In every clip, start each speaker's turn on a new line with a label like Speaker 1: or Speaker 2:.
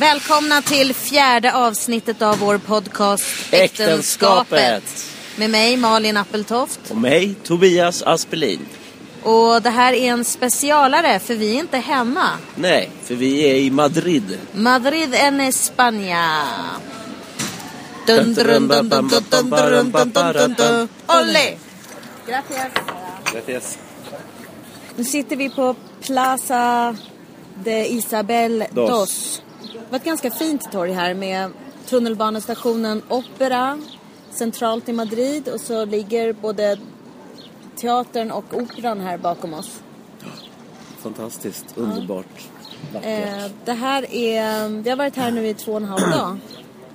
Speaker 1: Välkomna till fjärde avsnittet av vår podcast
Speaker 2: Äktenskapet.
Speaker 1: Med mig Malin Appeltoft.
Speaker 2: Och mig, Tobias Aspelin.
Speaker 1: Och det här är en specialare för vi är inte hemma.
Speaker 2: Nej, för vi är i Madrid.
Speaker 1: Madrid en España. Dun, dun, dun, dun, dun, dun, dun, dun, dun, dun. Olé! Gracias. Nu sitter vi på Plaza de Isabel dos.
Speaker 2: Dos.
Speaker 1: Det var ett ganska fint torg här med tunnelbanestationen Opera centralt i Madrid och så ligger både teatern och operan här bakom oss.
Speaker 2: Fantastiskt, underbart, vackert.
Speaker 1: Eh, det här är, vi har varit här nu i två och en halv dag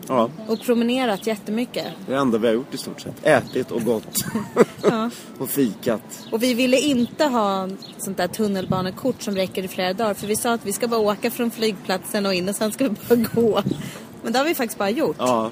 Speaker 2: Ja,
Speaker 1: och promenerat jättemycket.
Speaker 2: det enda vi har gjort i stort sett. Ätit och gått. och fikat.
Speaker 1: Och vi ville inte ha sånt där tunnelbanekort som räcker i flera dagar för vi sa att vi ska bara åka från flygplatsen och in och sen ska vi bara gå. Men det har vi faktiskt bara gjort.
Speaker 2: Ja.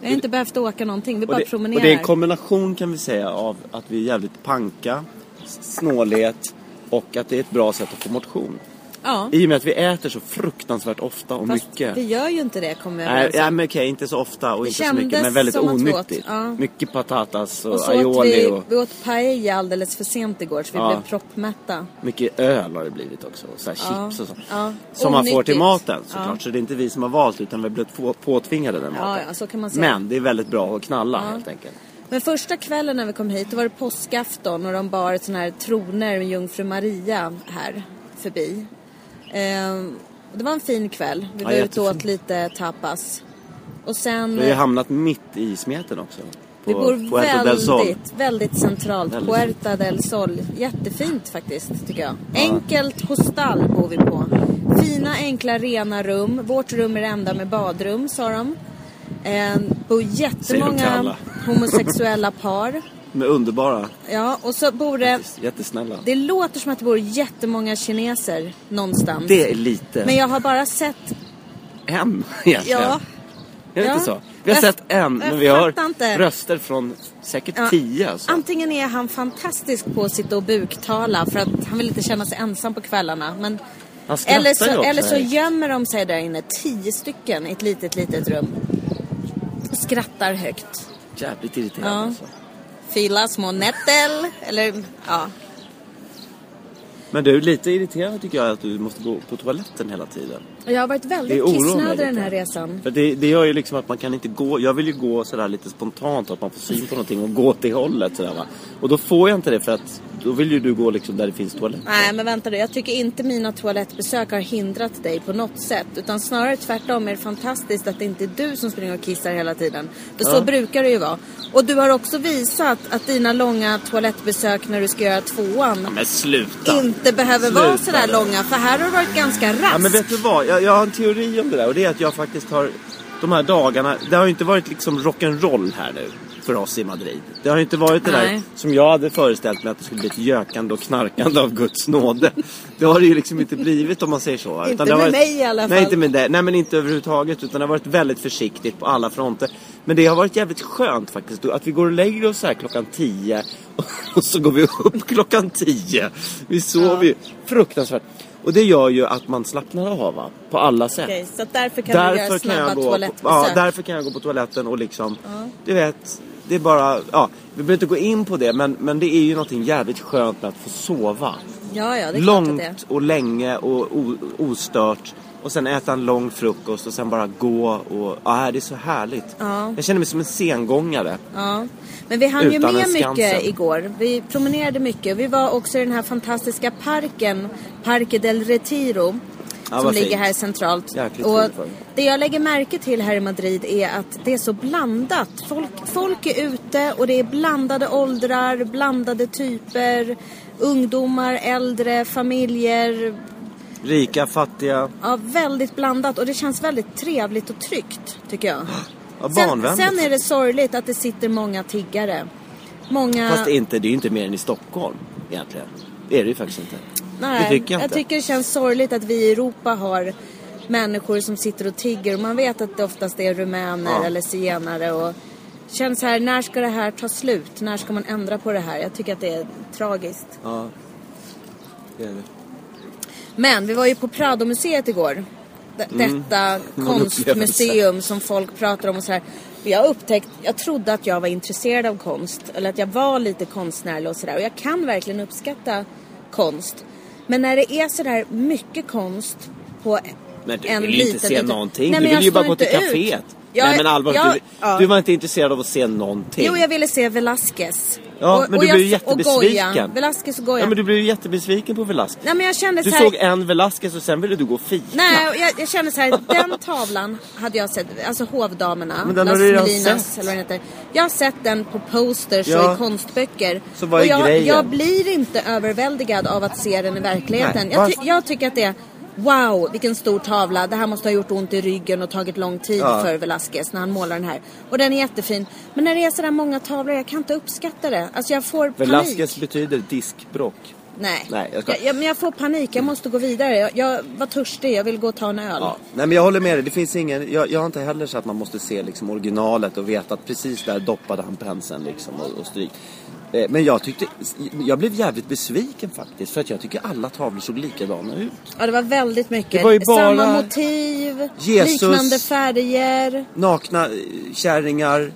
Speaker 1: Vi har inte behövt åka någonting, vi
Speaker 2: Och
Speaker 1: bara
Speaker 2: det,
Speaker 1: promenerar.
Speaker 2: och det är en kombination kan vi säga av att vi är jävligt panka, s- snålhet och att det är ett bra sätt att få motion.
Speaker 1: ja,
Speaker 2: I och med att vi äter så fruktansvärt ofta och
Speaker 1: fast
Speaker 2: mycket.
Speaker 1: vi gör ju inte det kommer jag
Speaker 2: Nej,
Speaker 1: överens om.
Speaker 2: ja, men okej, inte så ofta och inte så
Speaker 1: kändes
Speaker 2: mycket men väldigt
Speaker 1: som att vi åt,
Speaker 2: onyttigt.
Speaker 1: ja.
Speaker 2: Mycket patatas och,
Speaker 1: Och så åt
Speaker 2: aioli
Speaker 1: vi,
Speaker 2: och
Speaker 1: vi åt paella alldeles för sent igår så vi
Speaker 2: Ja.
Speaker 1: blev proppmätta.
Speaker 2: mycket öl har det blivit också. Och så här
Speaker 1: Ja,
Speaker 2: chips och sånt.
Speaker 1: ja.
Speaker 2: Som man får
Speaker 1: Onyttigt.
Speaker 2: till maten
Speaker 1: Ja.
Speaker 2: såklart. Så det är inte vi som har valt utan vi har blivit på, påtvingade den maten.
Speaker 1: ja, så kan man säga.
Speaker 2: Men det är väldigt bra att knalla helt enkelt.
Speaker 1: Men första kvällen när vi kom hit då var det påskafton och de bar såna här troner med jungfru Maria här förbi. Ehm, och det var en fin kväll. Vi
Speaker 2: Ja,
Speaker 1: var ute och åt
Speaker 2: jättefin.
Speaker 1: lite tapas. Och sen...
Speaker 2: Vi har ju hamnat mitt i smeten också.
Speaker 1: Vi bor
Speaker 2: Puerto del Sol.
Speaker 1: väldigt, väldigt centralt.
Speaker 2: Väldigt.
Speaker 1: Puerta del Sol. Jättefint faktiskt, tycker jag. Enkelt hostal bor vi på. Fina, enkla, rena rum. Vårt rum är det enda med badrum, sa de. Eh, bor
Speaker 2: Säger de till
Speaker 1: jättemånga
Speaker 2: alla.
Speaker 1: homosexuella par.
Speaker 2: De är underbara,
Speaker 1: Ja, och så bor det...
Speaker 2: jättesnälla.
Speaker 1: Det
Speaker 2: Det,
Speaker 1: låter som att det bor jättemånga kineser någonstans.
Speaker 2: är lite
Speaker 1: Men jag har bara sett...
Speaker 2: en egentligen.
Speaker 1: Ja.
Speaker 2: Är det
Speaker 1: Ja.
Speaker 2: inte så? Vi har
Speaker 1: Jag-
Speaker 2: sett en,
Speaker 1: jag
Speaker 2: men vi har
Speaker 1: fattar inte.
Speaker 2: röster från säkert
Speaker 1: Ja.
Speaker 2: tio. Alltså.
Speaker 1: Antingen är han fantastisk på att sitta och buktala för att han vill inte känna sig ensam på kvällarna. Men...
Speaker 2: Han skrattar
Speaker 1: Eller
Speaker 2: ju
Speaker 1: så,
Speaker 2: också.
Speaker 1: eller så
Speaker 2: här.
Speaker 1: gömmer de sig där inne, tio stycken i ett litet, litet rum. Och skrattar högt.
Speaker 2: Jävligt irriterande
Speaker 1: Ja.
Speaker 2: alltså.
Speaker 1: Fyra små nättel. Eller, ja.
Speaker 2: Men du, lite irriterande tycker jag att du måste gå på toaletten hela tiden.
Speaker 1: Och jag har varit
Speaker 2: Det
Speaker 1: väldigt
Speaker 2: oroar mig
Speaker 1: kissnödig
Speaker 2: lite.
Speaker 1: den här resan.
Speaker 2: För det, det gör ju liksom att man kan inte gå. Jag vill ju gå sådär lite spontant, att man får syn på någonting och gå åt det hållet sådär va. Och då får jag inte det för att då vill ju du gå liksom där det finns toalett.
Speaker 1: Nej, men vänta du. Jag tycker inte mina toalettbesök har hindrat dig på något sätt. Utan snarare tvärtom är det fantastiskt att det inte är du som springer och kissar hela tiden. För så
Speaker 2: Ja.
Speaker 1: brukar det ju vara. Och du har också visat att dina långa toalettbesök när du ska göra tvåan
Speaker 2: Men sluta!
Speaker 1: inte behöver vara
Speaker 2: Sluta
Speaker 1: sådär
Speaker 2: nu.
Speaker 1: långa. För här har du varit ganska rask.
Speaker 2: Ja, men vet du vad? Jag, jag har en teori om det där och det är att jag faktiskt har de här dagarna, det har ju inte varit liksom rock'n'roll här nu för oss i Madrid. Det har ju inte varit det
Speaker 1: Nej.
Speaker 2: där som jag hade föreställt mig att det skulle bli ett gökande och knarkande av Guds nåde. Det har det ju liksom inte blivit om man säger så.
Speaker 1: Inte
Speaker 2: det har
Speaker 1: med mig i alla fall.
Speaker 2: Nej, inte med dig. Nej, men inte överhuvudtaget. Utan det har varit väldigt försiktigt på alla fronter. Men det har varit jävligt skönt faktiskt. Att vi går och lägger oss så här klockan tio och- och så går vi upp klockan tio. Vi sover ju fruktansvärt. Och det gör ju att man slappnar av va? på alla sätt.
Speaker 1: Okej, så därför kan du
Speaker 2: Därför
Speaker 1: göra
Speaker 2: kan,
Speaker 1: snabba
Speaker 2: jag gå på,
Speaker 1: toalettbesök.
Speaker 2: ja, därför kan jag gå på toaletten och liksom, du vet, det är bara, ja, vi behöver inte gå in på det men, men det är ju någonting jävligt skönt med att få sova.
Speaker 1: ja, ja, det är klart att det är.
Speaker 2: Långt och länge och o, ostört och sen äta en lång frukost och sen bara gå och, ja det är så härligt.
Speaker 1: Ja.
Speaker 2: Jag känner mig som en sengångare.
Speaker 1: Ja. Men vi hann ju
Speaker 2: Utan
Speaker 1: med
Speaker 2: en
Speaker 1: mycket
Speaker 2: Skansen.
Speaker 1: igår. Vi promenerade mycket. Vi var också i den här fantastiska parken, Parque del Retiro.
Speaker 2: Ja,
Speaker 1: som
Speaker 2: vad
Speaker 1: ligger
Speaker 2: fint.
Speaker 1: här centralt.
Speaker 2: Jäkligt
Speaker 1: och
Speaker 2: fint var det.
Speaker 1: det jag lägger märke till här i Madrid är att det är så blandat. Folk, folk är ute och det är blandade åldrar, blandade typer. Ungdomar, äldre, familjer.
Speaker 2: Rika, fattiga,
Speaker 1: Ja, väldigt blandat och det känns väldigt trevligt och tryggt tycker jag.
Speaker 2: ja,
Speaker 1: Sen,
Speaker 2: barnvänligt.
Speaker 1: sen är det sorgligt att det sitter många tiggare. Många...
Speaker 2: Fast inte, det är ju inte mer än i Stockholm egentligen. Det är det ju faktiskt inte.
Speaker 1: nej,
Speaker 2: det tycker jag inte.
Speaker 1: tycker det känns sorgligt att vi i Europa har människor som sitter och tigger. Och man vet att det oftast är rumäner
Speaker 2: Ja.
Speaker 1: eller zigenare. Och känns här, när ska det här ta slut? När ska man ändra på det här? Jag tycker att det är tragiskt.
Speaker 2: Ja, det är det.
Speaker 1: Men vi var ju på Prado-museet igår. d-
Speaker 2: Mm.
Speaker 1: detta konstmuseum som folk pratar om och så här. Jag har upptäckt, jag trodde att jag var intresserad av konst eller att jag var lite konstnärlig och sådär och jag kan verkligen uppskatta konst. Men när det är sådär mycket konst på
Speaker 2: Men du
Speaker 1: en
Speaker 2: vill ju inte
Speaker 1: liten,
Speaker 2: se
Speaker 1: liten-
Speaker 2: någonting.
Speaker 1: Nej,
Speaker 2: du
Speaker 1: men
Speaker 2: vill
Speaker 1: jag
Speaker 2: ju bara
Speaker 1: står
Speaker 2: gå till
Speaker 1: inte ut.
Speaker 2: kaféet.
Speaker 1: Jag-
Speaker 2: Nej men allvarligt,
Speaker 1: jag-
Speaker 2: du,
Speaker 1: ja.
Speaker 2: du var inte intresserad av att se någonting.
Speaker 1: Jo, jag ville se Velázquez.
Speaker 2: Ja, men du blev ju
Speaker 1: och Goya.
Speaker 2: jättebesviken.
Speaker 1: Velázquez och Goya.
Speaker 2: Ja, men du blev ju jättebesviken på Velasquez.
Speaker 1: Nej, men jag kände
Speaker 2: Du
Speaker 1: så här...
Speaker 2: såg en Velasquez och sen ville du gå och fika.
Speaker 1: Nej, och jag, jag kände så här, den tavlan hade jag sett, alltså Hovdamerna,
Speaker 2: Men den har
Speaker 1: Las
Speaker 2: du redan
Speaker 1: Melinas,
Speaker 2: sett.
Speaker 1: eller vad den heter. Jag har sett den på posters
Speaker 2: Ja.
Speaker 1: och i konstböcker.
Speaker 2: Så vad är
Speaker 1: och jag,
Speaker 2: grejen?
Speaker 1: jag blir inte överväldigad av att se den i verkligheten.
Speaker 2: Nej,
Speaker 1: Jag, ty,
Speaker 2: varför?
Speaker 1: jag tycker att det är Wow, vilken stor tavla. Det här måste ha gjort ont i ryggen och tagit lång tid
Speaker 2: Ja.
Speaker 1: för Velázquez när han målar den här. Och den är jättefin. Men när det är sådär många tavlor, jag kan inte uppskatta det. Alltså jag får panik.
Speaker 2: Velasquez betyder diskbrock.
Speaker 1: Nej,
Speaker 2: Nej, jag
Speaker 1: jag
Speaker 2: ska-
Speaker 1: jag, men jag får panik. Jag måste gå vidare. Jag, jag var törstig, jag vill gå och ta en öl.
Speaker 2: Ja. Nej men jag håller med dig, det finns ingen, jag, jag har inte heller så att man måste se liksom originalet och veta att precis där doppade han penseln liksom och, och stryk. Eh, Men jag tyckte, jag blev jävligt besviken faktiskt för att jag tycker alla tavlor såg likadana ut.
Speaker 1: Ja, det var väldigt mycket.
Speaker 2: Det var ju bara
Speaker 1: Samma motiv,
Speaker 2: Jesus.
Speaker 1: liknande färger.
Speaker 2: nakna eh, kärringar,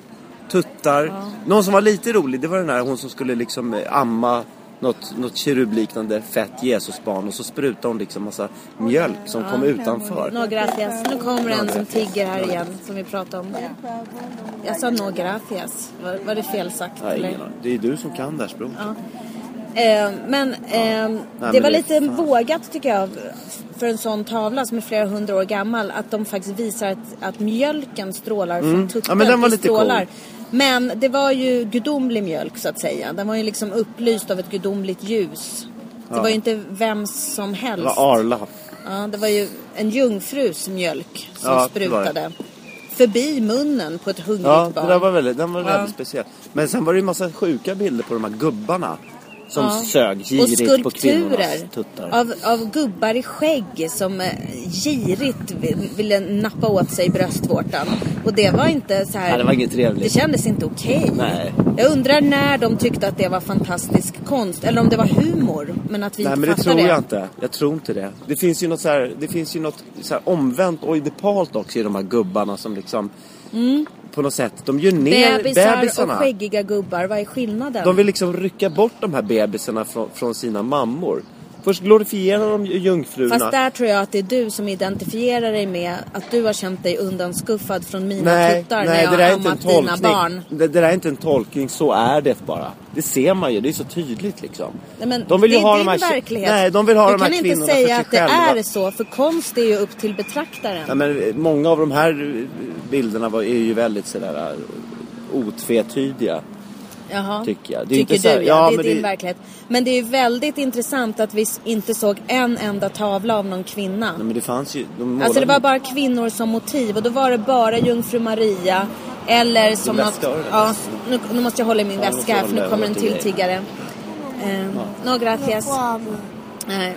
Speaker 2: tuttar. Någon som var lite rolig, det var den här hon som skulle liksom eh, amma något, något kirubliknande fett Jesusbarn och så sprutade hon liksom massa mjölk som kom utanför.
Speaker 1: No gracias. Nu kommer en som tigger här igen, som vi pratade om. Jag sa no gracias. Var, var det fel sagt?
Speaker 2: Nej,
Speaker 1: eller?
Speaker 2: ingen aning. det är du som kan det här språket.
Speaker 1: Eh, men ehm,
Speaker 2: men
Speaker 1: det var
Speaker 2: det-
Speaker 1: lite
Speaker 2: fan.
Speaker 1: vågat tycker jag för en sån tavla som är flera hundra år gammal att de faktiskt visar att, att mjölken strålar från tutten.
Speaker 2: Mm. Ja, men den var
Speaker 1: Det
Speaker 2: lite
Speaker 1: strålar.
Speaker 2: cool.
Speaker 1: Men det var ju gudomlig mjölk så att säga. Den var ju liksom upplyst av ett gudomligt ljus. Det var ju inte vem som
Speaker 2: Det
Speaker 1: helst.
Speaker 2: var Arla.
Speaker 1: Ja, det var ju en jungfrus mjölk som
Speaker 2: Ja, det var det.
Speaker 1: sprutade förbi munnen på ett hungrigt
Speaker 2: Ja, det
Speaker 1: barn.
Speaker 2: där var väldigt, den var
Speaker 1: Ja.
Speaker 2: väldigt speciell. Men sen var det ju massa sjuka bilder på de här gubbarna som
Speaker 1: Ja.
Speaker 2: sög
Speaker 1: och
Speaker 2: girigt på kvinnornas
Speaker 1: skulpturer
Speaker 2: tuttar.
Speaker 1: av, av gubbar i skägg som eh, girigt vill- ville nappa åt sig bröstvårtan. Och det var inte så här...
Speaker 2: Nej, det var inget trevligt.
Speaker 1: det kändes inte okej.
Speaker 2: Nej.
Speaker 1: Jag undrar när de tyckte att det var fantastisk konst eller om det var humor. Men att vi
Speaker 2: Nej
Speaker 1: inte
Speaker 2: men det
Speaker 1: fattade
Speaker 2: tror jag inte. Jag tror inte det. Det finns ju något så här, det finns ju något så här omvänt oidipalt också i de här gubbarna som liksom på något sätt, de gör ner
Speaker 1: Mm. Bebisar
Speaker 2: bebisarna.
Speaker 1: och skäggiga gubbar, vad är skillnaden?
Speaker 2: De vill liksom rycka bort de här bebisarna från, från sina mammor. Först glorifierar de ju jungfrurna.
Speaker 1: Fast där tror jag att det är du som identifierar dig med att du har känt dig undanskuffad från mina
Speaker 2: nej,
Speaker 1: tuttar när
Speaker 2: nej
Speaker 1: jag
Speaker 2: det där är
Speaker 1: har
Speaker 2: inte en
Speaker 1: ammat dina barn.
Speaker 2: tolkning. Det, det där är inte en tolkning, så är det bara. Det ser man ju, det är så tydligt liksom.
Speaker 1: Nej, men
Speaker 2: de vill
Speaker 1: det
Speaker 2: ju
Speaker 1: är
Speaker 2: ha
Speaker 1: din
Speaker 2: de här,
Speaker 1: verklighet.
Speaker 2: Nej, de vill ha
Speaker 1: du
Speaker 2: de här
Speaker 1: kan
Speaker 2: kvinnorna
Speaker 1: inte
Speaker 2: för sig
Speaker 1: säga att det
Speaker 2: själva.
Speaker 1: är så, för konst är ju upp till betraktaren.
Speaker 2: Ja, men eh, många av de här eh, bilderna var, är ju väldigt sådär eh, otvetydiga.
Speaker 1: Jaha.
Speaker 2: tycker jag. Det är
Speaker 1: Tycker
Speaker 2: inte så här-
Speaker 1: du,
Speaker 2: ja,
Speaker 1: ja, det är
Speaker 2: men
Speaker 1: din
Speaker 2: det-
Speaker 1: verklighet. Men det är ju väldigt intressant att vi s- inte såg en enda tavla av någon kvinna.
Speaker 2: Nej, men det fanns ju... De målade
Speaker 1: Alltså det var bara kvinnor som motiv och då var det bara Jungfru Maria eller som
Speaker 2: Din
Speaker 1: något...
Speaker 2: väska, har du den?
Speaker 1: Ja, nu, nu måste jag hålla i min
Speaker 2: Ja, du
Speaker 1: väska
Speaker 2: måste
Speaker 1: här för
Speaker 2: hålla
Speaker 1: nu
Speaker 2: i
Speaker 1: kommer en
Speaker 2: den
Speaker 1: till
Speaker 2: till dig.
Speaker 1: tiggare. Eh, No gracias. Nej.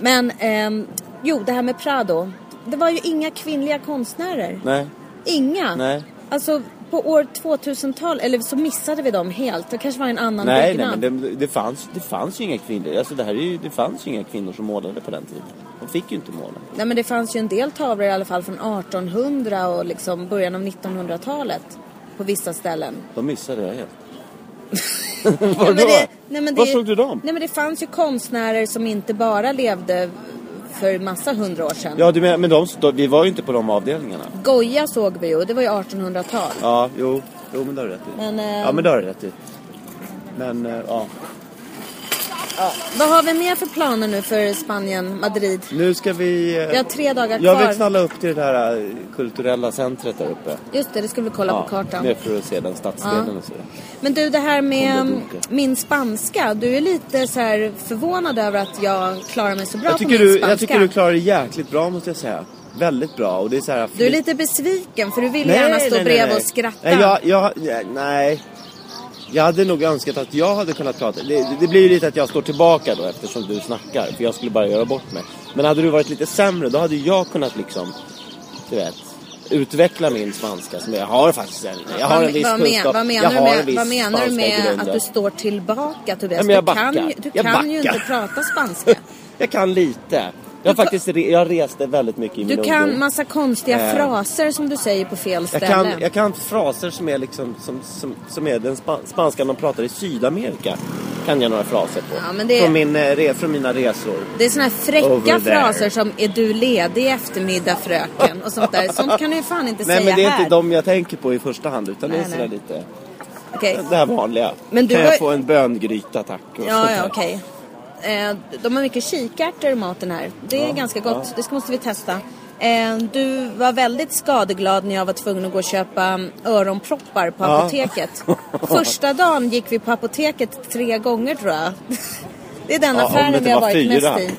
Speaker 1: Men, ehm, jo det här med Prado. Det var ju inga kvinnliga konstnärer.
Speaker 2: Nej.
Speaker 1: Inga.
Speaker 2: Nej.
Speaker 1: Alltså på år 2000-tal, eller så missade vi dem helt. Det kanske var en annan
Speaker 2: Nej, nej,
Speaker 1: byggnad.
Speaker 2: men det, det, fanns, det fanns ju inga kvinnor. Alltså det här är ju, det fanns ju inga kvinnor som målade på den tiden. De fick ju inte måla.
Speaker 1: Nej men det fanns ju en del tavlor i alla fall från 1800 och liksom början av 1900-talet på vissa ställen.
Speaker 2: De missade jag helt.
Speaker 1: Ja,
Speaker 2: Vadå?
Speaker 1: men det- nej, men det-
Speaker 2: Var såg du dem?
Speaker 1: Nej men det fanns ju konstnärer som inte bara levde för massa hundra år sedan.
Speaker 2: Ja, du menar, men de, de, vi var ju inte på de avdelningarna.
Speaker 1: Goya såg vi ju och det var ju 1800-tal.
Speaker 2: Ja, jo, jo men det har du rätt i.
Speaker 1: Men, eh,
Speaker 2: Ja, men det har du rätt i. Men, eh, ja.
Speaker 1: Vad har vi mer för planer nu för Spanien, Madrid?
Speaker 2: Nu ska vi... eh,
Speaker 1: Vi har tre dagar
Speaker 2: Jag
Speaker 1: kvar.
Speaker 2: vill knalla upp till det här eh, kulturella centret där uppe.
Speaker 1: Just det, det skulle vi kolla på kartan.
Speaker 2: mer för att se den stadsdelen och så.
Speaker 1: Men du, det här med
Speaker 2: Om det
Speaker 1: mm,
Speaker 2: dunkar.
Speaker 1: min spanska. Du är lite så här förvånad över att jag klarar mig så bra
Speaker 2: Jag
Speaker 1: på
Speaker 2: tycker,
Speaker 1: min
Speaker 2: du,
Speaker 1: spanska.
Speaker 2: jag tycker du klarar dig jäkligt bra måste jag säga. Väldigt bra och det är så här...
Speaker 1: Du är lite besviken för du vill
Speaker 2: Nej,
Speaker 1: gärna stå
Speaker 2: nej, nej,
Speaker 1: bredvid
Speaker 2: nej.
Speaker 1: och skratta.
Speaker 2: Nej, jag, jag, nej, nej. Jag hade nog önskat att jag hade kunnat prata. Det, det blir ju lite att jag står tillbaka då eftersom du snackar. För jag skulle bara göra bort mig. Men hade du varit lite sämre då hade jag kunnat liksom, du vet, utveckla min spanska. Som jag har faktiskt en, jag har en viss
Speaker 1: vad, men-
Speaker 2: kunskap.
Speaker 1: vad
Speaker 2: jag
Speaker 1: menar,
Speaker 2: har
Speaker 1: du
Speaker 2: en viss
Speaker 1: med, vad menar du
Speaker 2: spanska i
Speaker 1: med
Speaker 2: grunden.
Speaker 1: att du står tillbaka Tobias?
Speaker 2: Nej, men jag
Speaker 1: du kan,
Speaker 2: backar.
Speaker 1: ju- du
Speaker 2: Jag
Speaker 1: kan ju
Speaker 2: backar.
Speaker 1: inte prata spanska.
Speaker 2: Jag kan lite. Jag, har faktiskt re- jag reste väldigt mycket i min
Speaker 1: Du kan
Speaker 2: ungdom.
Speaker 1: massa konstiga
Speaker 2: Eh.
Speaker 1: fraser som du säger på fel
Speaker 2: Jag
Speaker 1: ställe.
Speaker 2: kan, jag kan fraser som är, liksom, som, som, som är den spa, spanska man pratar i Sydamerika. Kan jag några fraser på.
Speaker 1: Ja, men det-
Speaker 2: från, min, eh, re, från mina resor.
Speaker 1: Det är såna här
Speaker 2: Over
Speaker 1: fräcka
Speaker 2: there.
Speaker 1: fraser som är du ledig i eftermiddag fröken och sånt där. Sånt kan du ju fan inte
Speaker 2: Nej
Speaker 1: säga
Speaker 2: men det är
Speaker 1: här.
Speaker 2: inte de jag tänker på i första hand utan det är
Speaker 1: Nej,
Speaker 2: sådär
Speaker 1: nej.
Speaker 2: lite
Speaker 1: Okej.
Speaker 2: det här vanliga.
Speaker 1: Men du
Speaker 2: kan
Speaker 1: har
Speaker 2: jag
Speaker 1: ju-
Speaker 2: få en böngryta tack? Och sånt
Speaker 1: Ja,
Speaker 2: där.
Speaker 1: ja, okej. Eh, de har mycket kikärtor i maten här. Det är ganska gott. Det ska- måste vi testa. Eh, du var väldigt skadeglad när jag var tvungen att gå och köpa mm, öronproppar på
Speaker 2: Ja.
Speaker 1: apoteket. Första dagen gick vi på apoteket tre gånger tror jag. Det är den
Speaker 2: Ja, om det
Speaker 1: affären
Speaker 2: inte
Speaker 1: vi har
Speaker 2: var
Speaker 1: varit
Speaker 2: fyra.
Speaker 1: mest i.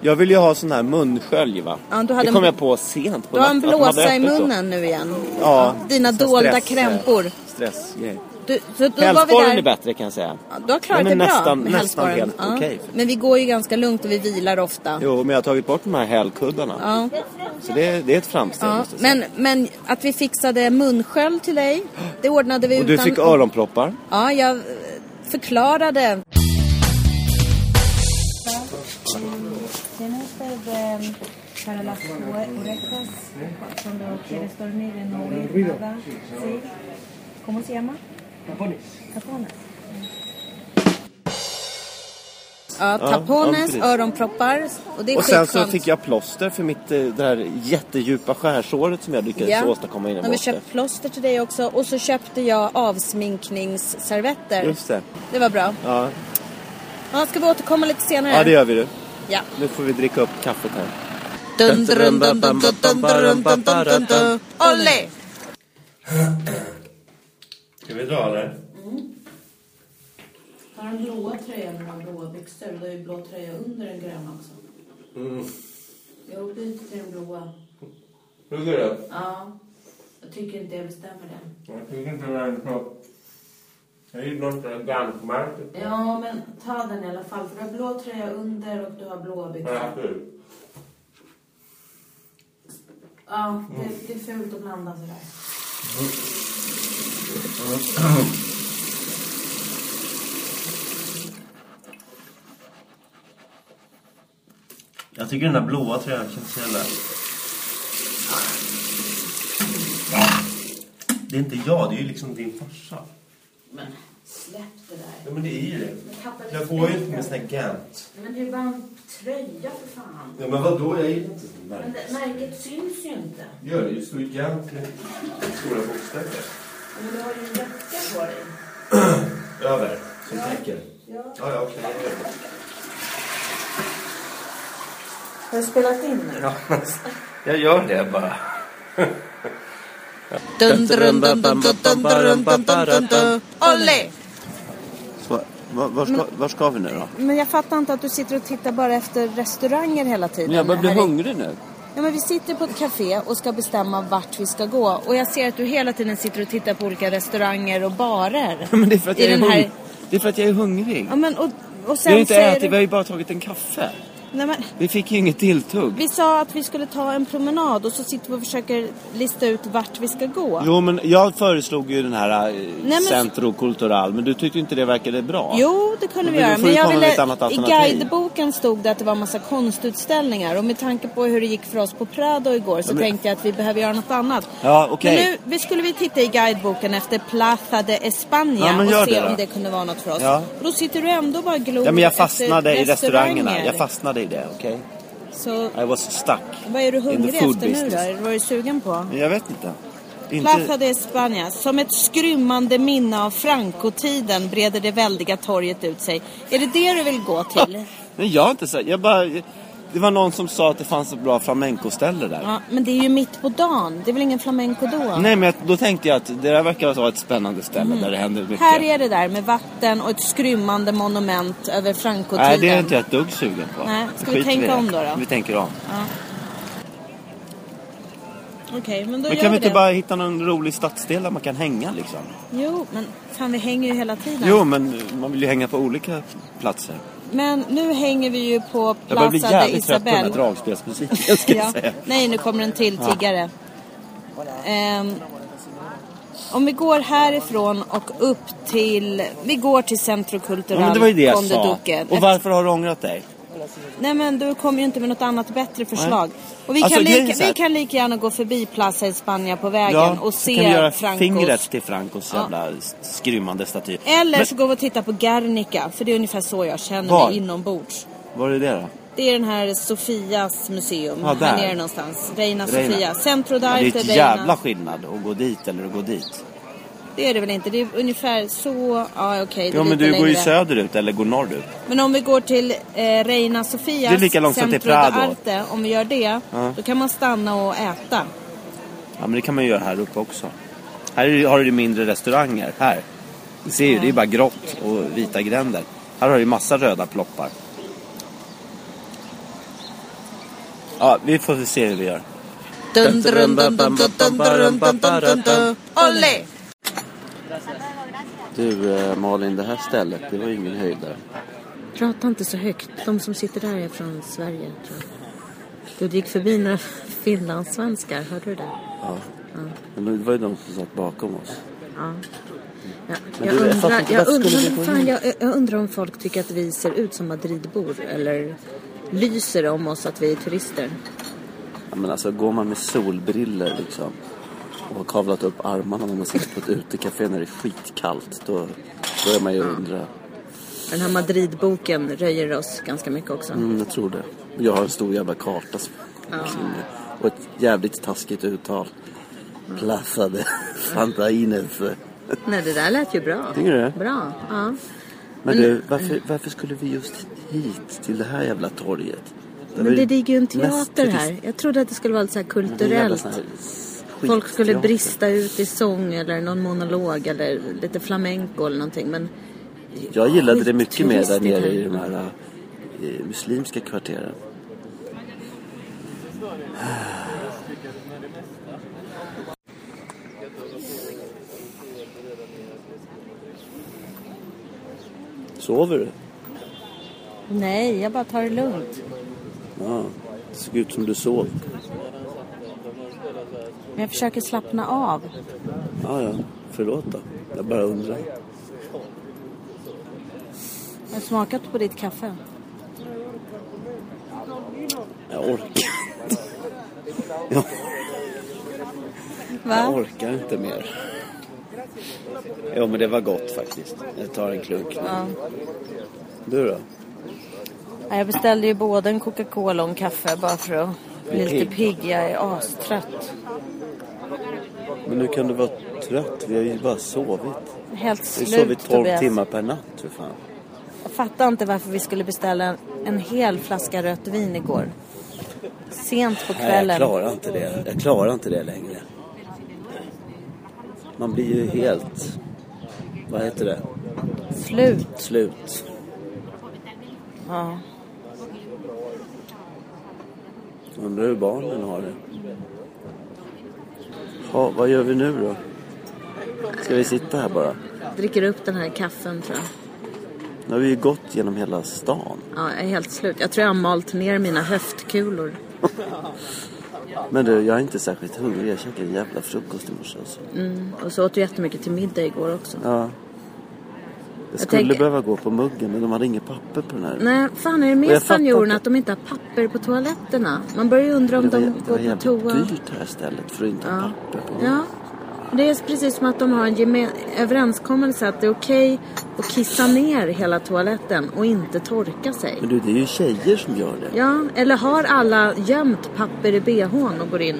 Speaker 2: Jag vill ju ha sån här munskölj va?
Speaker 1: Ja, du hade
Speaker 2: det
Speaker 1: en-
Speaker 2: kom jag på sent på
Speaker 1: Du har en
Speaker 2: natten, att de hade
Speaker 1: blåsa i
Speaker 2: öppet då.
Speaker 1: munnen nu igen.
Speaker 2: Ja.
Speaker 1: Dina
Speaker 2: Så
Speaker 1: dolda
Speaker 2: stress, eh,
Speaker 1: krämpor.
Speaker 2: Stressgrej.
Speaker 1: Du, så då var vi
Speaker 2: Pälsborren är
Speaker 1: där.
Speaker 2: bättre kan jag säga.
Speaker 1: Ja, Du har klarat
Speaker 2: Ja, men
Speaker 1: det bra
Speaker 2: nästan-
Speaker 1: med
Speaker 2: nästan
Speaker 1: hälsporren.
Speaker 2: helt
Speaker 1: Ja.
Speaker 2: okej.
Speaker 1: Men vi går ju ganska lugnt och vi vilar ofta.
Speaker 2: Jo, men jag har tagit bort de här hälkuddarna.
Speaker 1: Ja.
Speaker 2: Så det, det är ett framsteg
Speaker 1: Ja,
Speaker 2: måste jag säga.
Speaker 1: men, men att vi fixade munskölj till dig, det ordnade vi
Speaker 2: Och du
Speaker 1: utan...
Speaker 2: fick öronproppar.
Speaker 1: Ja, jag eh, förklarade. Ja,
Speaker 2: Ja, ja,
Speaker 1: tapones,
Speaker 2: precis.
Speaker 1: öronproppar och det är
Speaker 2: Och sen så
Speaker 1: skitskönt.
Speaker 2: fick jag plåster för mitt eh, det här jättedjupa skärsåret som jag lyckades åstadkomma
Speaker 1: Ja, vi
Speaker 2: inombords.
Speaker 1: köpte plåster till dig också och så köpte jag avsminkningsservetter.
Speaker 2: Just det.
Speaker 1: Det var bra.
Speaker 2: Ja.
Speaker 1: Ja, ska vi återkomma lite senare?
Speaker 2: ja, det gör vi du.
Speaker 1: Ja.
Speaker 2: Nu får vi dricka upp kaffet här.
Speaker 1: Dun, dun, dun, dun, dun, dun, dun, dun, dun, dun, dun. Olle!
Speaker 2: Ska vi dra eller?
Speaker 3: Har den blåa tröjan och blåa byxor och då är blå tröja under den gröna också. Jag byter till den blåa.
Speaker 2: Hur går det?
Speaker 3: Ja. Jag tycker inte jag bestämmer den.
Speaker 4: Jag tycker inte världen på. Jag gillar inte dansmärket.
Speaker 3: Ja, men ta den i alla fall. För du har blå tröja under och du har blåa
Speaker 4: Ja,
Speaker 3: byxor.
Speaker 4: fy.
Speaker 3: Ja, det, det är fult att blanda sådär.
Speaker 2: Jag tycker den där blåa tröjan känns jävla... Det är inte jag, det är ju liksom din farsa.
Speaker 3: Men släpp det där.
Speaker 2: Ja men det är ju det.
Speaker 3: Jag tappar
Speaker 2: Jag
Speaker 3: lite
Speaker 2: går ju inte med sån här Gant.
Speaker 3: Men det är ju bara en tröja för fan.
Speaker 2: Ja men vadå, jag gillar inte sånt
Speaker 3: Men
Speaker 2: märke.
Speaker 3: det, märket syns ju inte.
Speaker 2: Gör det, det står ju Gant med stora bokstäver.
Speaker 3: Men du har ju en jacka på dig.
Speaker 2: Över, som täcker. Ja, ja okej.
Speaker 3: Har du spelat in nu?
Speaker 2: Jag gör det bara.
Speaker 1: Dun, dun, dun, dun, dun, dun, dun, dun, dun, dun. Olle!
Speaker 2: Så, var, var, ska, var ska vi nu då?
Speaker 1: Men jag fattar inte att du sitter och tittar bara efter restauranger hela tiden.
Speaker 2: Men jag börjar bli
Speaker 1: Här i-
Speaker 2: hungrig nu.
Speaker 1: Ja, men vi sitter på ett café och ska bestämma vart vi ska gå. Och jag ser att du hela tiden sitter och tittar på olika restauranger och barer.
Speaker 2: Men det är för att
Speaker 1: I
Speaker 2: jag är,
Speaker 1: den här-
Speaker 2: hungrig. Det är, för att jag är hungrig.
Speaker 1: Ja, men och, och
Speaker 2: Vi
Speaker 1: sen
Speaker 2: har inte
Speaker 1: säger
Speaker 2: ätit,
Speaker 1: du...
Speaker 2: vi har ju bara tagit en kaffe.
Speaker 1: Nej, men...
Speaker 2: Vi fick ju inget tilltugg.
Speaker 1: Vi sa att vi skulle ta en promenad och så sitter vi och försöker lista ut vart vi ska gå.
Speaker 2: Jo men jag föreslog ju den här eh,
Speaker 1: men-
Speaker 2: Centro Cultural men du tyckte inte det verkade bra.
Speaker 1: Jo, det kunde
Speaker 2: Men
Speaker 1: vi
Speaker 2: då
Speaker 1: göra.
Speaker 2: får vi komma med ett annat
Speaker 1: I
Speaker 2: alternativ.
Speaker 1: guideboken stod det att det var en massa konstutställningar och med tanke på hur det gick för oss på Prado igår så
Speaker 2: men-
Speaker 1: tänkte jag att vi behöver göra något annat.
Speaker 2: Ja, okej.
Speaker 1: Men nu vi skulle vi titta i guideboken efter Plaza de España
Speaker 2: Ja, men gör
Speaker 1: och se
Speaker 2: det då.
Speaker 1: om det kunde vara något för oss.
Speaker 2: Ja.
Speaker 1: Och då sitter du ändå bara glor
Speaker 2: Ja men jag
Speaker 1: efter
Speaker 2: fastnade i restaurangerna.
Speaker 1: restauranger.
Speaker 2: Jag fastnade i det, okej?
Speaker 1: Så
Speaker 2: I was stuck.
Speaker 1: vad är du hungrig
Speaker 2: In the food
Speaker 1: efter nu då?
Speaker 2: business.
Speaker 1: Vad är du sugen på?
Speaker 2: Men jag vet inte.
Speaker 1: Plaza
Speaker 2: Inte...
Speaker 1: de España. Som ett skrymmande minne av Franco-tiden breder det väldiga torget ut sig. Är det det du vill gå till?
Speaker 2: Men jag har inte sagt, jag bara... Det var någon som sa att det fanns ett bra flamenco-ställe där.
Speaker 1: Ja, men det är ju mitt på dagen. Det är väl ingen flamenco då?
Speaker 2: Nej men jag, då tänkte jag att det där verkar vara ett spännande ställe där det händer mycket.
Speaker 1: Mm. Här är det där med vatten och ett skrymmande monument över Franco-tiden.
Speaker 2: Nej det är inte jag ett dugg sugen på.
Speaker 1: Nej, ska
Speaker 2: Då
Speaker 1: vi
Speaker 2: skiter i
Speaker 1: tänka
Speaker 2: det.
Speaker 1: om då, då?
Speaker 2: Vi tänker om.
Speaker 1: Okej, men då
Speaker 2: Men
Speaker 1: gör
Speaker 2: kan vi
Speaker 1: vi
Speaker 2: inte
Speaker 1: det.
Speaker 2: bara hitta någon rolig stadsdel där man kan hänga liksom?
Speaker 1: Jo, men fan vi hänger ju hela tiden.
Speaker 2: Jo, men man vill ju hänga på olika platser.
Speaker 1: Men nu hänger vi ju på
Speaker 2: Jag börjar bli
Speaker 1: Plaza de
Speaker 2: jävligt trött på den här
Speaker 1: Isabel.
Speaker 2: dragspelsmusiken ska jag
Speaker 1: Ja.
Speaker 2: säga.
Speaker 1: Nej, nu kommer en till tiggare. Ehm, om vi går härifrån och upp till... Vi går till Centro
Speaker 2: Ja,
Speaker 1: Cultural
Speaker 2: men det var ju det jag
Speaker 1: Conde
Speaker 2: sa.
Speaker 1: Duque.
Speaker 2: Och varför har du ångrat dig?
Speaker 1: Nej men du kommer ju inte med något annat bättre förslag. Och vi,
Speaker 2: Alltså,
Speaker 1: kan
Speaker 2: grejen
Speaker 1: lika,
Speaker 2: är så här-
Speaker 1: vi kan lika gärna gå förbi Plaza Hispania på vägen
Speaker 2: Ja,
Speaker 1: och
Speaker 2: så kan vi
Speaker 1: se
Speaker 2: göra
Speaker 1: Francos.
Speaker 2: fingret till Francos jävla skrymmande staty.
Speaker 1: Eller
Speaker 2: Men-
Speaker 1: så går vi och tittar på Guernica, för det är ungefär så jag känner
Speaker 2: Var?
Speaker 1: mig inombords.
Speaker 2: Var är det då?
Speaker 1: Det är den här Sofias museum,
Speaker 2: Ja, där.
Speaker 1: här nere någonstans. Reina,
Speaker 2: Alltså, Reina.
Speaker 1: Sofia. Centro
Speaker 2: Ja, det är
Speaker 1: d'Arte,
Speaker 2: ett
Speaker 1: Reina.
Speaker 2: jävla skillnad att gå dit eller att gå dit.
Speaker 1: Det är det väl inte? Det är ungefär så, ja okej. det är
Speaker 2: Ja men
Speaker 1: lite
Speaker 2: du går ju
Speaker 1: längre.
Speaker 2: söderut eller går norrut.
Speaker 1: Men om vi går till eh, Reina Sofias
Speaker 2: Det är lika långsamt till
Speaker 1: Centro de
Speaker 2: Prado.
Speaker 1: Arte, om vi gör det,
Speaker 2: Ja.
Speaker 1: då kan man stanna och äta.
Speaker 2: Ja men det kan man ju göra här uppe också. Här är- har du ju mindre restauranger. Här. Du ser ju, det är ju bara grått och vita gränder. Här har du ju massa röda ploppar. Ja, vi får se hur vi gör.
Speaker 1: Dun, dun, dun, dun, dun, dun, dun, dun, dun, dun, dun. Olé!
Speaker 2: Du eh, Malin, det här stället, det var ju ingen höjdare.
Speaker 1: Prata inte så högt. De som sitter där är från Sverige, tror jag. Du gick förbi några finlandssvenskar, hörde du det?
Speaker 2: Ja. Men det var ju de som satt bakom oss.
Speaker 1: Ja. Ja,
Speaker 2: Men
Speaker 1: jag,
Speaker 2: du, jag fattar
Speaker 1: undrar,
Speaker 2: inte,
Speaker 1: jag,
Speaker 2: varför skulle
Speaker 1: undrar,
Speaker 2: vi gå
Speaker 1: fan,
Speaker 2: in?
Speaker 1: jag, jag undrar om folk tycker att vi ser ut som Madridbor eller lyser om oss att vi är turister.
Speaker 2: Ja, men alltså går man med solbriller liksom och har kavlat upp armarna när man sitter på ett utekafé när det är skitkallt då börjar man ju undra.
Speaker 1: Den här Madridboken röjer oss ganska mycket också.
Speaker 2: Mm, jag tror det. Jag har en stor jävla karta som försvinner. och ett jävligt taskigt uttal.
Speaker 1: Mm.
Speaker 2: Plassade Fantaines.
Speaker 1: Nej, det där lät ju bra.
Speaker 2: Tycker du det?
Speaker 1: Bra. Ja.
Speaker 2: Men
Speaker 1: Mm.
Speaker 2: du, varför, varför skulle vi just hit till det här jävla torget? var
Speaker 1: Men
Speaker 2: ju
Speaker 1: det ligger ju en
Speaker 2: mest
Speaker 1: teater
Speaker 2: turist-
Speaker 1: här. Jag trodde att det skulle vara lite så här
Speaker 2: Det är en jävla
Speaker 1: kulturellt.
Speaker 2: sån här
Speaker 1: Folk skulle
Speaker 2: skitteater.
Speaker 1: brista ut i sång eller någon monolog eller lite flamenco eller någonting. Men
Speaker 2: Jag gillade det mycket mer där
Speaker 1: Skitturistigt
Speaker 2: nere
Speaker 1: här.
Speaker 2: i de här eh, muslimska kvarteren. Sover du?
Speaker 1: nej, jag bara tar det lugnt.
Speaker 2: Ja, det såg ut som du sov.
Speaker 1: Men jag försöker slappna av.
Speaker 2: Ja, ja, förlåt då. Jag bara undrar.
Speaker 1: Har du smakat på ditt kaffe?
Speaker 2: Jag orkar. Jag, jag orkar inte mer. Jo, men det var gott faktiskt. Jag tar en klunk nu.
Speaker 1: Ja.
Speaker 2: Du då?
Speaker 1: Ja, Jag beställde ju både en Coca-Cola och en kaffe bara för att bli
Speaker 2: Bli
Speaker 1: lite pigg. Jag är astrött.
Speaker 2: Men nu kan du vara trött. Vi har ju bara sovit.
Speaker 1: Helt
Speaker 2: Vi har
Speaker 1: slut,
Speaker 2: sovit 12
Speaker 1: Tobias.
Speaker 2: timmar per natt för fan.
Speaker 1: Jag fattar inte varför vi skulle beställa en, en hel flaska rött vin igår. Sent på
Speaker 2: Nej, jag
Speaker 1: kvällen.
Speaker 2: klarar inte det. Jag klarar inte det längre. Man blir ju helt... Vad heter det?
Speaker 1: slut.
Speaker 2: Slut.
Speaker 1: Ja.
Speaker 2: Undrar hur barnen har det. Ja, vad gör vi nu då? Ska vi sitta här bara?
Speaker 1: Dricker upp den här kaffen tror jag.
Speaker 2: Nu har vi ju gått genom hela stan.
Speaker 1: Ja, jag är helt slut. Jag tror jag har malt ner mina höftkulor.
Speaker 2: Men du, jag är inte särskilt hungrig. Jag käkade en jävla frukost i morse alltså.
Speaker 1: Mm. Och så åt jag jättemycket till middag igår också.
Speaker 2: Ja. Jag skulle
Speaker 1: tänker-
Speaker 2: behöva gå på muggen men de hade inget papper på den här.
Speaker 1: Nej, fan är det
Speaker 2: Och
Speaker 1: med
Speaker 2: jag fattar
Speaker 1: spanjorerna
Speaker 2: inte-
Speaker 1: att de inte har papper på toaletterna? Man börjar ju undra om
Speaker 2: det var,
Speaker 1: de
Speaker 2: jä- det var
Speaker 1: går på
Speaker 2: jävligt
Speaker 1: toa.
Speaker 2: dyrt här stället för att inte ha
Speaker 1: Ja.
Speaker 2: papper på.
Speaker 1: ja. Det är precis som att de har en gemen- överenskommelse att det är okej att kissa ner hela toaletten och inte torka sig.
Speaker 2: Men du, det är ju tjejer som gör det.
Speaker 1: Ja, eller har alla gömt papper i bhn och går in?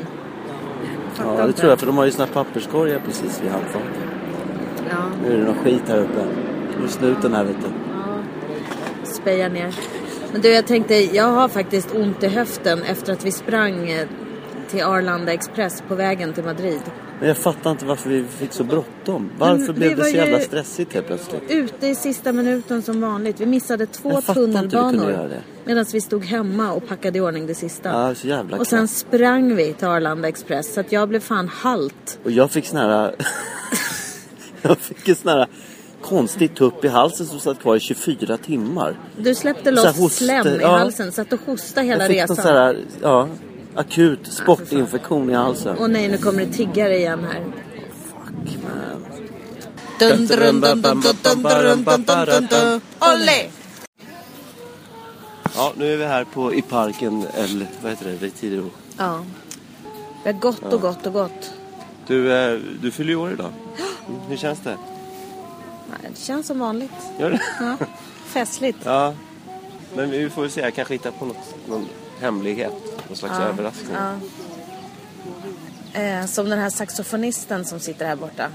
Speaker 1: Fattar
Speaker 2: Ja, det
Speaker 1: inte.
Speaker 2: tror jag för de har ju sina papperskorgar precis vid handfatet.
Speaker 1: Ja,
Speaker 2: Nu är det någon skit här uppe. Nu är snuten här vet du.
Speaker 1: spejar ner. Men du, jag tänkte, jag har faktiskt ont i höften efter att vi sprang eh, till Arlanda Express på vägen till Madrid.
Speaker 2: Men jag fattar inte varför vi fick så bråttom. Varför
Speaker 1: Men det
Speaker 2: blev det
Speaker 1: var
Speaker 2: så jävla
Speaker 1: ju-
Speaker 2: stressigt helt plötsligt?
Speaker 1: Ute i sista minuten som vanligt. Vi missade två
Speaker 2: Jag fattar inte hur vi kunde göra
Speaker 1: tunnelbanor.
Speaker 2: det.
Speaker 1: Medan vi stod hemma och packade i ordning det sista.
Speaker 2: Ja, så jävla
Speaker 1: och sen
Speaker 2: klart.
Speaker 1: sprang vi till Arlanda Express. Så att jag blev fan halt.
Speaker 2: Och jag fick sån här... jag fick en sån här konstig tupp i halsen som satt kvar i 24 timmar.
Speaker 1: Du släppte
Speaker 2: Så här
Speaker 1: loss
Speaker 2: hoste-
Speaker 1: slem i
Speaker 2: ja.
Speaker 1: halsen. Satt och hostade hela
Speaker 2: jag fick
Speaker 1: resan.
Speaker 2: någon sån här, ja, akut sportinfektion i halsen.
Speaker 1: Och nej, nu kommer det tiggare igen här.
Speaker 2: Fuck man.
Speaker 1: Dun, dun, dun, dun, dun, dun, dun, dun, dun, dun, dun. Olé!
Speaker 2: Ja, nu är vi här på, i parken, eller vad heter det, Retiro.
Speaker 1: Ja. Det är gott och gott och gott.
Speaker 2: Du, eh, du fyller ju år idag. Mm, Hur känns det?
Speaker 1: Nej, Det känns som vanligt.
Speaker 2: Gör det?
Speaker 1: Ja. Festligt.
Speaker 2: Ja. Men vi får väl se, jag kanske hittar på något, någon hemlighet. Någon slags överraskning.
Speaker 1: Ja. Eh, som den här saxofonisten som sitter här borta.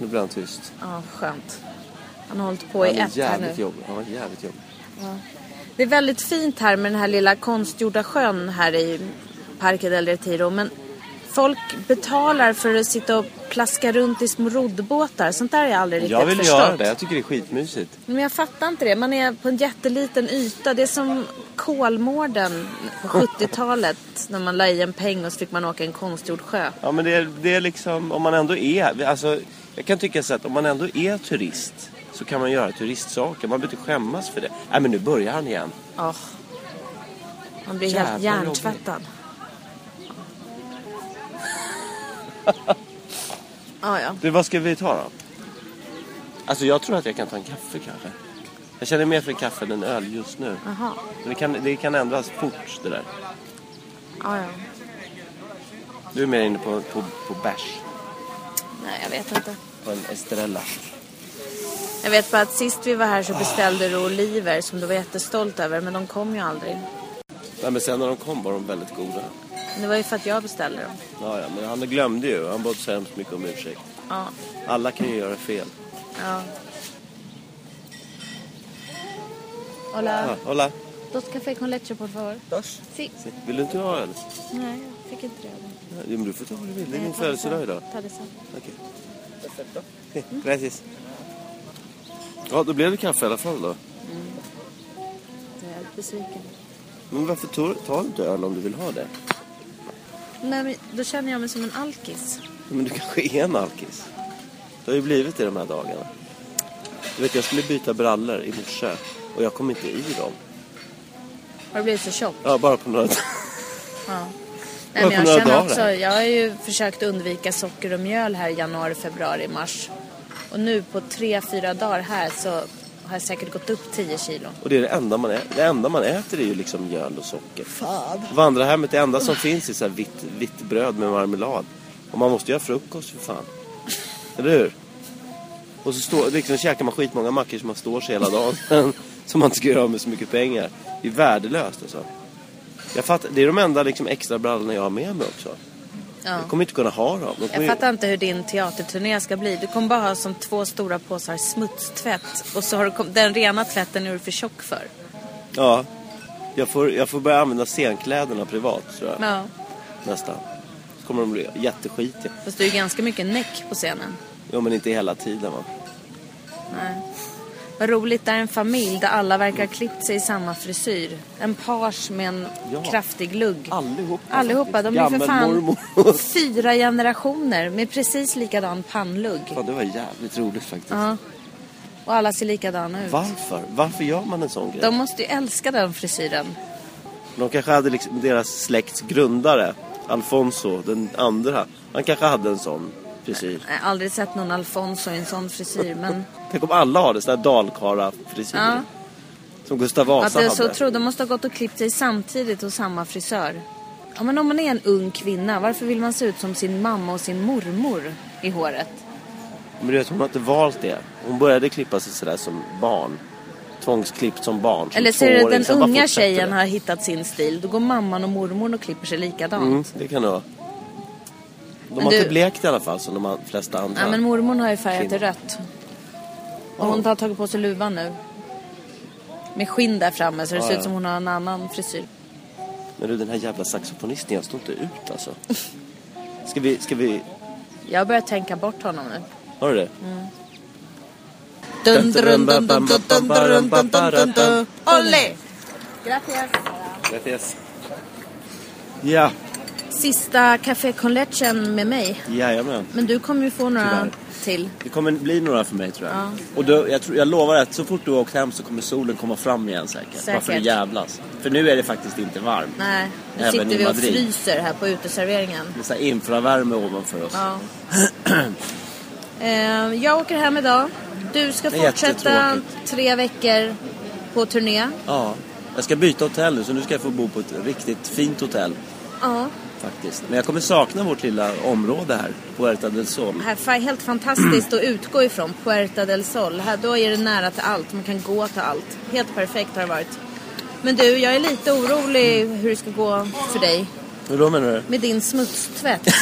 Speaker 2: Nu blir han tyst.
Speaker 1: Ja, skönt. Han har hållit på
Speaker 2: Han
Speaker 1: i
Speaker 2: är
Speaker 1: ett här nu.
Speaker 2: jävligt jobbig. Han var jävligt jobbig.
Speaker 1: Det är väldigt fint här med den här lilla konstgjorda sjön här i Parque del Retiro. Men folk betalar för att sitta och plaska runt i små roddbåtar. Sånt där har jag aldrig riktigt
Speaker 2: Jag vill
Speaker 1: förstått.
Speaker 2: göra det. Jag tycker det är skitmysigt.
Speaker 1: Men jag fattar inte det. Man är på en jätteliten yta. Det är som Kolmården på 70-talet. när man la i en peng och så fick man åka en konstgjord sjö.
Speaker 2: Ja, men det är, det är liksom, om man ändå är, alltså, jag kan tycka så att om man ändå är turist så kan man göra turistsaker. Man behöver inte skämmas för det. Nej, men nu börjar han igen.
Speaker 1: Åh. Man blir helt
Speaker 2: Jävla
Speaker 1: hjärntvättad. ja, ja.
Speaker 2: Du, vad ska vi ta då? Alltså, jag tror att jag kan ta en kaffe kanske. Jag känner mer för kaffe än en öl just nu.
Speaker 1: Jaha.
Speaker 2: Men det kan, det kan ändras fort det där.
Speaker 1: Ja, ja.
Speaker 2: Du är mer inne på, på, på bärs.
Speaker 1: Nej, jag vet inte.
Speaker 2: På en Estrella.
Speaker 1: Jag vet bara att sist vi var här så beställde du oliver som du var jättestolt över, men de kom ju aldrig.
Speaker 2: Nej, men sen när de kom var de väldigt goda.
Speaker 1: Men Det var ju för att jag beställde dem.
Speaker 2: Ja, ja, men han glömde ju. Han bad så hemskt mycket om ursäkt.
Speaker 1: Ja,
Speaker 2: Alla kan ju göra fel.
Speaker 1: ja. Hola,
Speaker 2: Ah, hola.
Speaker 1: dos café con leche por favor.
Speaker 2: Dos.
Speaker 1: Si.
Speaker 2: Vill du inte ha öl?
Speaker 1: Nej, jag fick inte det.
Speaker 2: Ja, men du får ta vad du vill. Det är min födelsedag idag.
Speaker 1: Ta det sen.
Speaker 2: Okej. Okay. Gracias. Ja, då blev det kaffe i alla fall då.
Speaker 1: Jag är helt besviken.
Speaker 2: Men varför tar, tar du inte öl om du vill ha det?
Speaker 1: Nej, men då känner jag mig som en alkis.
Speaker 2: Men du kanske är en alkis? Det har ju blivit det de här dagarna. Du vet, jag skulle byta brallor i morse och jag kom inte i dem.
Speaker 1: Har du blivit så tjock?
Speaker 2: Ja, bara på några...
Speaker 1: Ja.
Speaker 2: Varför
Speaker 1: Nej, men jag
Speaker 2: några dagar?
Speaker 1: känner också, jag har ju försökt undvika socker och mjöl här i januari, februari, mars. Och nu på tre, fyra dagar här så har jag säkert gått upp 10 kilo.
Speaker 2: Och det är det enda man äter. Det enda man äter är ju liksom mjöl och socker. Fan. Vandrarhemmet, det enda som finns är så här vitt, vitt bröd med marmelad. Och man måste göra frukost för fan. Eller hur? Och så står, liksom, käkar man skitmånga mackor som man står sig hela dagen. som man inte ska göra av med så mycket pengar. Det är värdelöst alltså. Jag fattar, det är de enda liksom, extra brallorna jag har med mig också.
Speaker 1: Ja.
Speaker 2: Jag kommer inte kunna ha dem. De kommer
Speaker 1: Jag
Speaker 2: ju-
Speaker 1: fattar inte hur din teaterturné ska bli. Du kommer bara ha som två stora påsar smutstvätt och så har du kom- den rena tvätten är du för tjock för.
Speaker 2: Ja. Jag får, jag får börja använda scenkläderna privat tror jag.
Speaker 1: Ja.
Speaker 2: Nästan. Så kommer de bli jätteskitiga.
Speaker 1: Fast du är ganska mycket näck på scenen.
Speaker 2: Jo men inte hela tiden va.
Speaker 1: Nej. Vad roligt, det är en familj där alla verkar ha klippt sig i samma frisyr. En page med en
Speaker 2: Ja.
Speaker 1: kraftig lugg.
Speaker 2: Allihopa.
Speaker 1: Allihopa, de är för fan fyra generationer med precis likadan pannlugg.
Speaker 2: fan, det var jävligt roligt faktiskt.
Speaker 1: Ja. Och alla ser likadana ut.
Speaker 2: Varför? Varför gör man en sån grej?
Speaker 1: De
Speaker 2: De,
Speaker 1: måste ju älska den frisyren.
Speaker 2: kanske hade liksom deras släkts grundare, Alfonso den andra. Han kanske hade en sån frisyr.
Speaker 1: Jag har aldrig sett någon Alfonso i en sån frisyr, men
Speaker 2: Tänk om alla har det, sån här dalkara-frisyr.
Speaker 1: Ja.
Speaker 2: Som Gustav Vasa
Speaker 1: att jag
Speaker 2: hade.
Speaker 1: så tror, de måste ha gått och klippt sig samtidigt hos samma frisör. Ja, men om man är en ung kvinna, varför vill man se ut som sin mamma och sin mormor i håret?
Speaker 2: Men du vet, hon har inte valt det. Hon började klippa sig sådär som barn. Tvångsklippt som barn. Som
Speaker 1: Eller ser du,
Speaker 2: tvååring.
Speaker 1: den
Speaker 2: Sen bara
Speaker 1: unga
Speaker 2: fortsätter
Speaker 1: tjejen
Speaker 2: det.
Speaker 1: har hittat sin stil. Då går mamman och mormor och klipper sig likadant.
Speaker 2: Mm, det kan det vara. De
Speaker 1: Men
Speaker 2: har
Speaker 1: du-
Speaker 2: inte blekt i alla fall som de flesta andra.
Speaker 1: Ja, men mormor har ju färgat det
Speaker 2: Kvinna.
Speaker 1: rött. Och hon har tagit på sig luvan nu. Med skinn där framme så det ser ut som hon har en annan frisyr.
Speaker 2: Men du den här jävla saxofonisten, jag står inte ut alltså. Ska vi, ska vi,
Speaker 1: Jag börjar tänka bort honom nu.
Speaker 2: har du det?
Speaker 1: Mm. Dun, dun, dun, dun, dun, dun, dun, dun, dun, dun, dun. Olé! Gracias.
Speaker 2: Gracias. Ja,
Speaker 1: Sista Café con lechen med mig.
Speaker 2: jajamän.
Speaker 1: Men du kommer ju få några
Speaker 2: Tyvärr.
Speaker 1: till.
Speaker 2: Det kommer bli några för mig tror jag. Och då, jag, tror, jag lovar att så fort du har åkt hem så kommer solen komma fram igen säkert.
Speaker 1: Säkert.
Speaker 2: Bara för att jävlas. För nu är det faktiskt inte varmt.
Speaker 1: Nej, nu
Speaker 2: Även i
Speaker 1: sitter vi och
Speaker 2: Madrid.
Speaker 1: fryser här på uteserveringen.
Speaker 2: Det är så här infravärme ovanför oss.
Speaker 1: Ja. eh, jag åker hem idag. Du ska
Speaker 2: Det är
Speaker 1: fortsätta
Speaker 2: jättetråkigt.
Speaker 1: tre veckor på turné.
Speaker 2: Ja. Jag ska byta hotell nu så nu ska jag få bo på ett riktigt fint hotell
Speaker 1: Ja.
Speaker 2: faktiskt. Men jag kommer sakna vårt lilla område här, Puerta del Sol.
Speaker 1: Här, fan, helt fantastiskt att utgå ifrån. Puerta del Sol. Här, då är det nära till allt. Man kan gå till allt. Helt perfekt har det varit. Men du, jag är lite orolig hur det ska gå för dig
Speaker 2: Hur då menar du?
Speaker 1: med din smutstvätt.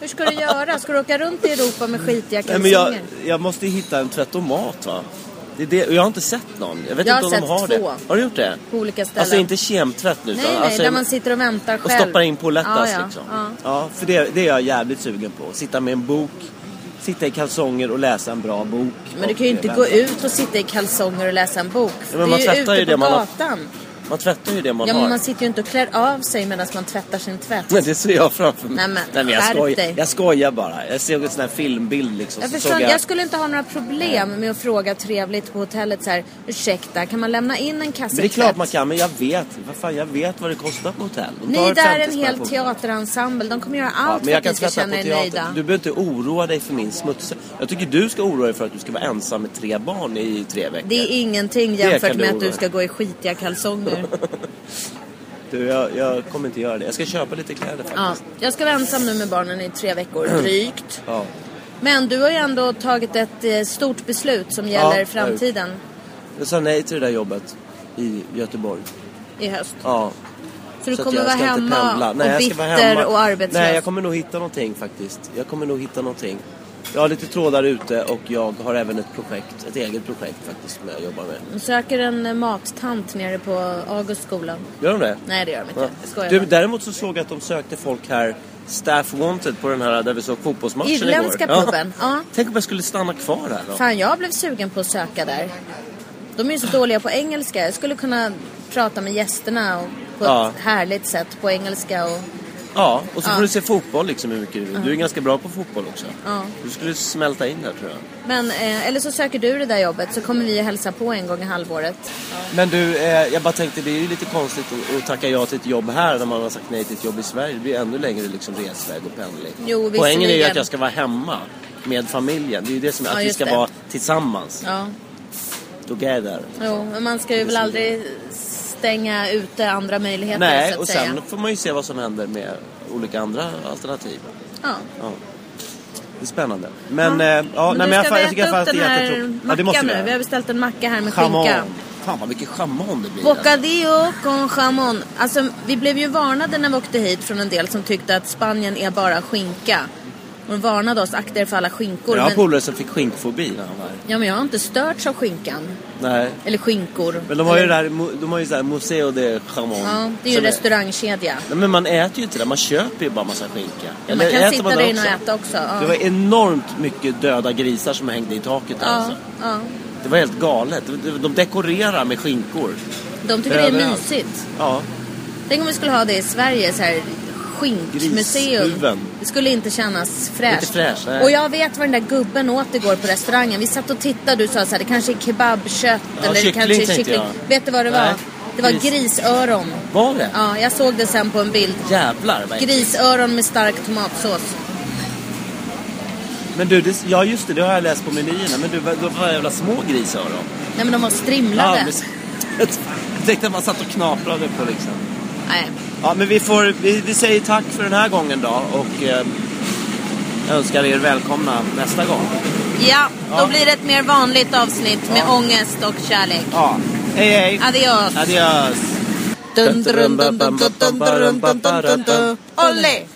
Speaker 1: hur ska du göra? Ska du åka runt i Europa med skitiga
Speaker 2: Nej, men jag,
Speaker 1: kalsonger?
Speaker 2: jag måste ju hitta en tvättomat va? Det är det, och jag har inte sett någon. Jag vet
Speaker 1: Jag har
Speaker 2: inte om
Speaker 1: sett
Speaker 2: de har
Speaker 1: två.
Speaker 2: det. Har du gjort det?
Speaker 1: På olika ställen.
Speaker 2: Alltså inte kemtvätt nu
Speaker 1: nej,
Speaker 2: utan
Speaker 1: nej,
Speaker 2: alltså,
Speaker 1: där man sitter och väntar
Speaker 2: och
Speaker 1: själv.
Speaker 2: stoppar in på lättast
Speaker 1: ja, ja,
Speaker 2: liksom.
Speaker 1: Ja.
Speaker 2: Ja, för det, det är jag jävligt sugen på. Sitta med en bok, sitta i kalsonger och läsa en bra bok.
Speaker 1: Men du
Speaker 2: Och,
Speaker 1: kan ju inte
Speaker 2: eh,
Speaker 1: gå
Speaker 2: vänta.
Speaker 1: ut och sitta i kalsonger och läsa en bok.
Speaker 2: Ja, men man
Speaker 1: det är ju
Speaker 2: tvättar
Speaker 1: ute
Speaker 2: ju det
Speaker 1: på
Speaker 2: man har-
Speaker 1: gatan.
Speaker 2: Man tvättar ju det man
Speaker 1: Ja,
Speaker 2: har. Mm.
Speaker 1: men man sitter ju inte och klär av sig medan man tvättar sin tvätt.
Speaker 2: Men det ser jag framför mig.
Speaker 1: Nej, men
Speaker 2: jag,
Speaker 1: skärp dig.
Speaker 2: skojar, jag skojar bara. Jag ser en sån här filmbild liksom.
Speaker 1: Jag
Speaker 2: så
Speaker 1: förstår,
Speaker 2: såg
Speaker 1: jag skulle inte ha några problem med att fråga trevligt på hotellet så här, ursäkta, kan man lämna in en kasse
Speaker 2: Men det är klart
Speaker 1: tvätt?"
Speaker 2: man kan, men jag vet. Vad fan, jag vet vad det kostar på hotell. De
Speaker 1: Ni
Speaker 2: tar
Speaker 1: är där
Speaker 2: 50
Speaker 1: en
Speaker 2: spänn
Speaker 1: hel
Speaker 2: på-
Speaker 1: teaterensemble, de kommer göra
Speaker 2: Ja,
Speaker 1: allt
Speaker 2: men
Speaker 1: för
Speaker 2: jag
Speaker 1: att
Speaker 2: kan
Speaker 1: ni ska
Speaker 2: tvätta på
Speaker 1: känna er nöjda.
Speaker 2: teatern. Du behöver inte oroa dig för min smuts. Jag tycker du ska oroa dig för att du ska vara ensam med tre barn i tre veckor.
Speaker 1: Det är ingenting
Speaker 2: kan
Speaker 1: jämfört
Speaker 2: du
Speaker 1: med att
Speaker 2: oroa
Speaker 1: du
Speaker 2: dig.
Speaker 1: ska gå i skitiga kalsonger.
Speaker 2: Du, jag, jag kommer inte göra det. Jag ska köpa lite kläder faktiskt.
Speaker 1: ja, jag ska vara ensam nu med barnen i tre veckor, drygt.
Speaker 2: Ja.
Speaker 1: Men du har ju ändå tagit ett eh, stort beslut som gäller
Speaker 2: jag har gjort.
Speaker 1: framtiden
Speaker 2: Jag sa nej till det där jobbet i Göteborg.
Speaker 1: i höst.
Speaker 2: Ja.
Speaker 1: Så du
Speaker 2: att
Speaker 1: kommer
Speaker 2: jag
Speaker 1: vara
Speaker 2: ska inte
Speaker 1: hemma
Speaker 2: pendla.
Speaker 1: och
Speaker 2: Nej, jag ska vara
Speaker 1: bitter
Speaker 2: hemma.
Speaker 1: och arbetslös.
Speaker 2: Nej, jag kommer nog hitta någonting faktiskt. Jag kommer nog hitta någonting. Jag har lite trådar ute och jag har även ett projekt, ett eget projekt faktiskt som jag jobbar med.
Speaker 1: De söker en eh, mattant nere på Augustskolan.
Speaker 2: Gör de det?
Speaker 1: Nej, det gör de inte. Jag skojar
Speaker 2: Du,
Speaker 1: bara.
Speaker 2: däremot så såg jag att de sökte folk här, staff wanted, på den här där vi såg fotbollsmatchen
Speaker 1: Irländska
Speaker 2: igår.
Speaker 1: puben, ja.
Speaker 2: Tänk om jag skulle stanna kvar här då.
Speaker 1: Fan, jag blev sugen på att söka där. De är
Speaker 2: Ah.
Speaker 1: ju så dåliga på engelska. Jag skulle kunna prata med gästerna och på
Speaker 2: Ja.
Speaker 1: ett härligt sätt på engelska. Och...
Speaker 2: Ja, och så
Speaker 1: Ja.
Speaker 2: får du se fotboll liksom hur mycket du vill. Du är ganska bra på fotboll också.
Speaker 1: Ja.
Speaker 2: Du skulle smälta in där tror jag.
Speaker 1: Men, eh, eller så söker du det där jobbet så kommer vi hälsa på en gång i halvåret.
Speaker 2: Men du, eh, jag bara tänkte det är ju lite konstigt att, att tacka ja till ett jobb här när man har sagt nej till ett jobb i Sverige. Det blir ju ännu längre liksom resväg och pendling.
Speaker 1: Jo, visserligen.
Speaker 2: Poängen är ju att jag ska vara hemma med familjen. Det är ju det som är,
Speaker 1: Ja,
Speaker 2: att vi
Speaker 1: just
Speaker 2: ska
Speaker 1: det.
Speaker 2: vara tillsammans.
Speaker 1: Ja,
Speaker 2: Together.
Speaker 1: jo, men man ska ju väl aldrig stänga ute andra möjligheter
Speaker 2: nej,
Speaker 1: så att
Speaker 2: och sen
Speaker 1: säga.
Speaker 2: får man ju se vad som händer med olika andra alternativ.
Speaker 1: Ja.
Speaker 2: Ja. Det är spännande. Men, ja, eh, ja
Speaker 1: men du
Speaker 2: nej, men jag,
Speaker 1: ska
Speaker 2: fa-
Speaker 1: vi
Speaker 2: jag tycker i alla fall
Speaker 1: äta
Speaker 2: att
Speaker 1: upp
Speaker 2: det
Speaker 1: den
Speaker 2: är
Speaker 1: här
Speaker 2: jättetråkigt.
Speaker 1: mackan nu. Vi
Speaker 2: göra.
Speaker 1: har beställt en macka här med
Speaker 2: Jamon.
Speaker 1: skinka.
Speaker 2: Fan vad mycket chamon det blir. alltså.
Speaker 1: Bocadillo con jamon. Alltså, vi blev ju varnade när vi åkte hit från en del som tyckte att Spanien är bara skinka. Och de varnade oss, akta er för alla skinkor.
Speaker 2: Jag har
Speaker 1: men,
Speaker 2: polare som fick skinkfobi när han var här.
Speaker 1: ja, men jag har inte störts av skinkan.
Speaker 2: Nej.
Speaker 1: Eller skinkor.
Speaker 2: Men de har ju
Speaker 1: Eller-
Speaker 2: det här, mo- de har ju så här Museo de Jamon.
Speaker 1: Ja, det är ju en
Speaker 2: Som
Speaker 1: restaurangkedja.
Speaker 2: Nej men man äter ju inte det, man köper ju bara massa skinka.
Speaker 1: Man
Speaker 2: Eller
Speaker 1: kan
Speaker 2: äter
Speaker 1: sitta
Speaker 2: det
Speaker 1: där inne och
Speaker 2: också?
Speaker 1: äta också. Ja.
Speaker 2: Det var enormt mycket döda grisar som hängde i taket där,
Speaker 1: ja,
Speaker 2: alltså.
Speaker 1: ja.
Speaker 2: Det var helt galet. De- De dekorerar med skinkor.
Speaker 1: De tycker det är
Speaker 2: Överallt.
Speaker 1: mysigt.
Speaker 2: Ja.
Speaker 1: Tänk om vi skulle ha det i Sverige, så här skinkmuseum.
Speaker 2: Grishuven.
Speaker 1: Det skulle inte kännas fräscht.
Speaker 2: Inte fräscht, nej.
Speaker 1: och jag vet vad den där gubben åt igår på restaurangen. Vi satt och tittade och du sa så här, det kanske är kebabkött
Speaker 2: Ja,
Speaker 1: eller det
Speaker 2: kyckling
Speaker 1: kanske är
Speaker 2: tänkte
Speaker 1: kyckling.
Speaker 2: jag.
Speaker 1: Vet du vad det var?
Speaker 2: Nej.
Speaker 1: Det var
Speaker 2: Gris.
Speaker 1: grisöron.
Speaker 2: Var det?
Speaker 1: Ja, jag såg det sen på en bild.
Speaker 2: Jävlar vad äckligt.
Speaker 1: Grisöron med stark tomatsås.
Speaker 2: Men du, det, ja just det, det har jag läst på menyerna. Men du, vad vad var jävla små grisar då?
Speaker 1: Nej men de var strimlade.
Speaker 2: men- jag tänkte att man satt och knaprade på liksom.
Speaker 1: Nej.
Speaker 2: Ja, men vi, får, vi, vi säger tack för den här gången då och eh, önskar er välkomna nästa gång.
Speaker 1: Ja, då
Speaker 2: Ja.
Speaker 1: blir det ett mer vanligt avsnitt med ångest och kärlek.
Speaker 2: Ja. Hej hej!
Speaker 1: Adios!
Speaker 2: Adios!
Speaker 1: Dun, dun, dun, dun, dun, dun, dun, dun, dun, dun, dun. Olle!